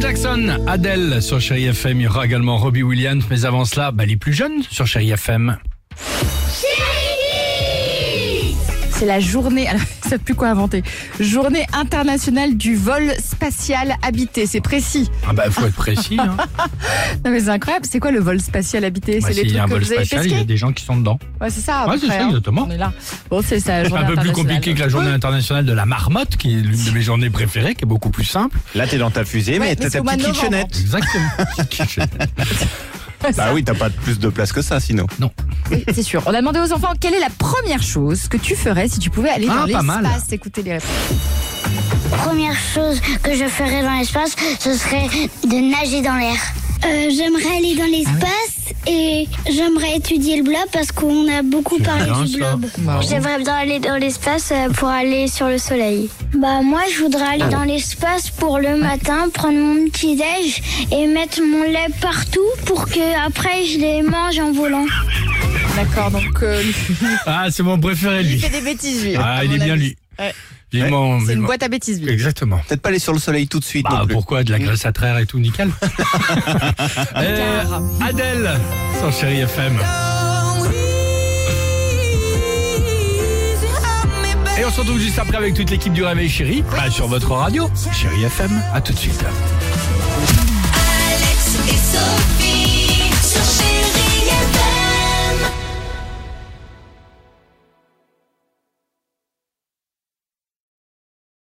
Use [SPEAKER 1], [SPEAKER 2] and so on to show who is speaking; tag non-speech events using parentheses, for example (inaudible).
[SPEAKER 1] Jackson, Adèle sur Chéri FM. Il y aura également Robbie Williams. Mais avant cela, bah, les plus jeunes sur Chéri FM.
[SPEAKER 2] C'est la journée, alors, (laughs) ils savent plus quoi inventer. Journée internationale du vol spatial habité, c'est précis.
[SPEAKER 1] Ah bah faut être précis.
[SPEAKER 2] (laughs)
[SPEAKER 1] Hein.
[SPEAKER 2] Non mais c'est incroyable, c'est quoi le vol spatial habité
[SPEAKER 1] Bah,
[SPEAKER 2] C'est les
[SPEAKER 1] S'il y
[SPEAKER 2] trucs
[SPEAKER 1] a un
[SPEAKER 2] que
[SPEAKER 1] vol
[SPEAKER 2] vous avez
[SPEAKER 1] spatial, il y a
[SPEAKER 2] pesqués
[SPEAKER 1] des gens qui sont dedans.
[SPEAKER 2] Ouais, c'est ça. à
[SPEAKER 1] Ouais,
[SPEAKER 2] peu
[SPEAKER 1] c'est
[SPEAKER 2] près,
[SPEAKER 1] ça,
[SPEAKER 2] hein.
[SPEAKER 1] exactement.
[SPEAKER 2] On est là. Bon, c'est ça. la
[SPEAKER 1] C'est
[SPEAKER 2] journée
[SPEAKER 1] un peu plus
[SPEAKER 2] internationale.
[SPEAKER 1] compliqué que la journée internationale de la marmotte, qui est l'une de mes journées préférées, qui est beaucoup plus simple.
[SPEAKER 3] Là, t'es dans ta fusée,
[SPEAKER 2] Ouais,
[SPEAKER 3] mais
[SPEAKER 2] mais
[SPEAKER 3] t'as
[SPEAKER 2] c'est au mois
[SPEAKER 3] ta petite
[SPEAKER 2] de novembre.
[SPEAKER 1] (laughs)
[SPEAKER 3] kitchenette.
[SPEAKER 1] Exactement.
[SPEAKER 3] Bah oui, t'as pas plus de place que ça, sinon.
[SPEAKER 2] Oui, c'est sûr. On a demandé aux enfants quelle est la première chose que tu ferais si tu pouvais aller
[SPEAKER 1] Ah,
[SPEAKER 2] dans
[SPEAKER 1] pas mal.
[SPEAKER 2] l'espace. Écoutez les réponses.
[SPEAKER 4] première chose que je ferais dans l'espace, ce serait de nager dans l'air. Euh, j'aimerais aller dans l'espace et j'aimerais étudier le blob parce qu'on a beaucoup parlé
[SPEAKER 1] bien,
[SPEAKER 4] du
[SPEAKER 1] ça.
[SPEAKER 4] blob.
[SPEAKER 2] Bravo.
[SPEAKER 4] J'aimerais bien aller dans l'espace euh, pour aller sur le soleil. Bah moi je voudrais aller dans l'espace pour le matin, prendre mon petit déj et mettre mon lait partout pour que après je les mange en volant.
[SPEAKER 2] D'accord, donc euh,
[SPEAKER 1] Ah, c'est mon préféré,
[SPEAKER 2] il
[SPEAKER 1] lui.
[SPEAKER 2] fait des bêtises, lui.
[SPEAKER 1] Ah,
[SPEAKER 2] à
[SPEAKER 1] il est
[SPEAKER 2] mon
[SPEAKER 1] bien,
[SPEAKER 2] avis.
[SPEAKER 1] lui.
[SPEAKER 2] Ouais.
[SPEAKER 1] Vivement,
[SPEAKER 2] C'est une
[SPEAKER 1] vivement.
[SPEAKER 2] boîte à bêtises, lui.
[SPEAKER 1] Exactement.
[SPEAKER 3] Peut-être pas aller sur le soleil tout de suite
[SPEAKER 1] Bah
[SPEAKER 3] non plus.
[SPEAKER 1] pourquoi de la graisse à traire et tout
[SPEAKER 2] (laughs)
[SPEAKER 1] nickel Euh, Adèle sur Chéri FM. Et on se retrouve juste après avec toute l'équipe du Réveil Chéri bah, sur votre radio Chéri FM. À tout de suite.
[SPEAKER 5] Alex et Sophie.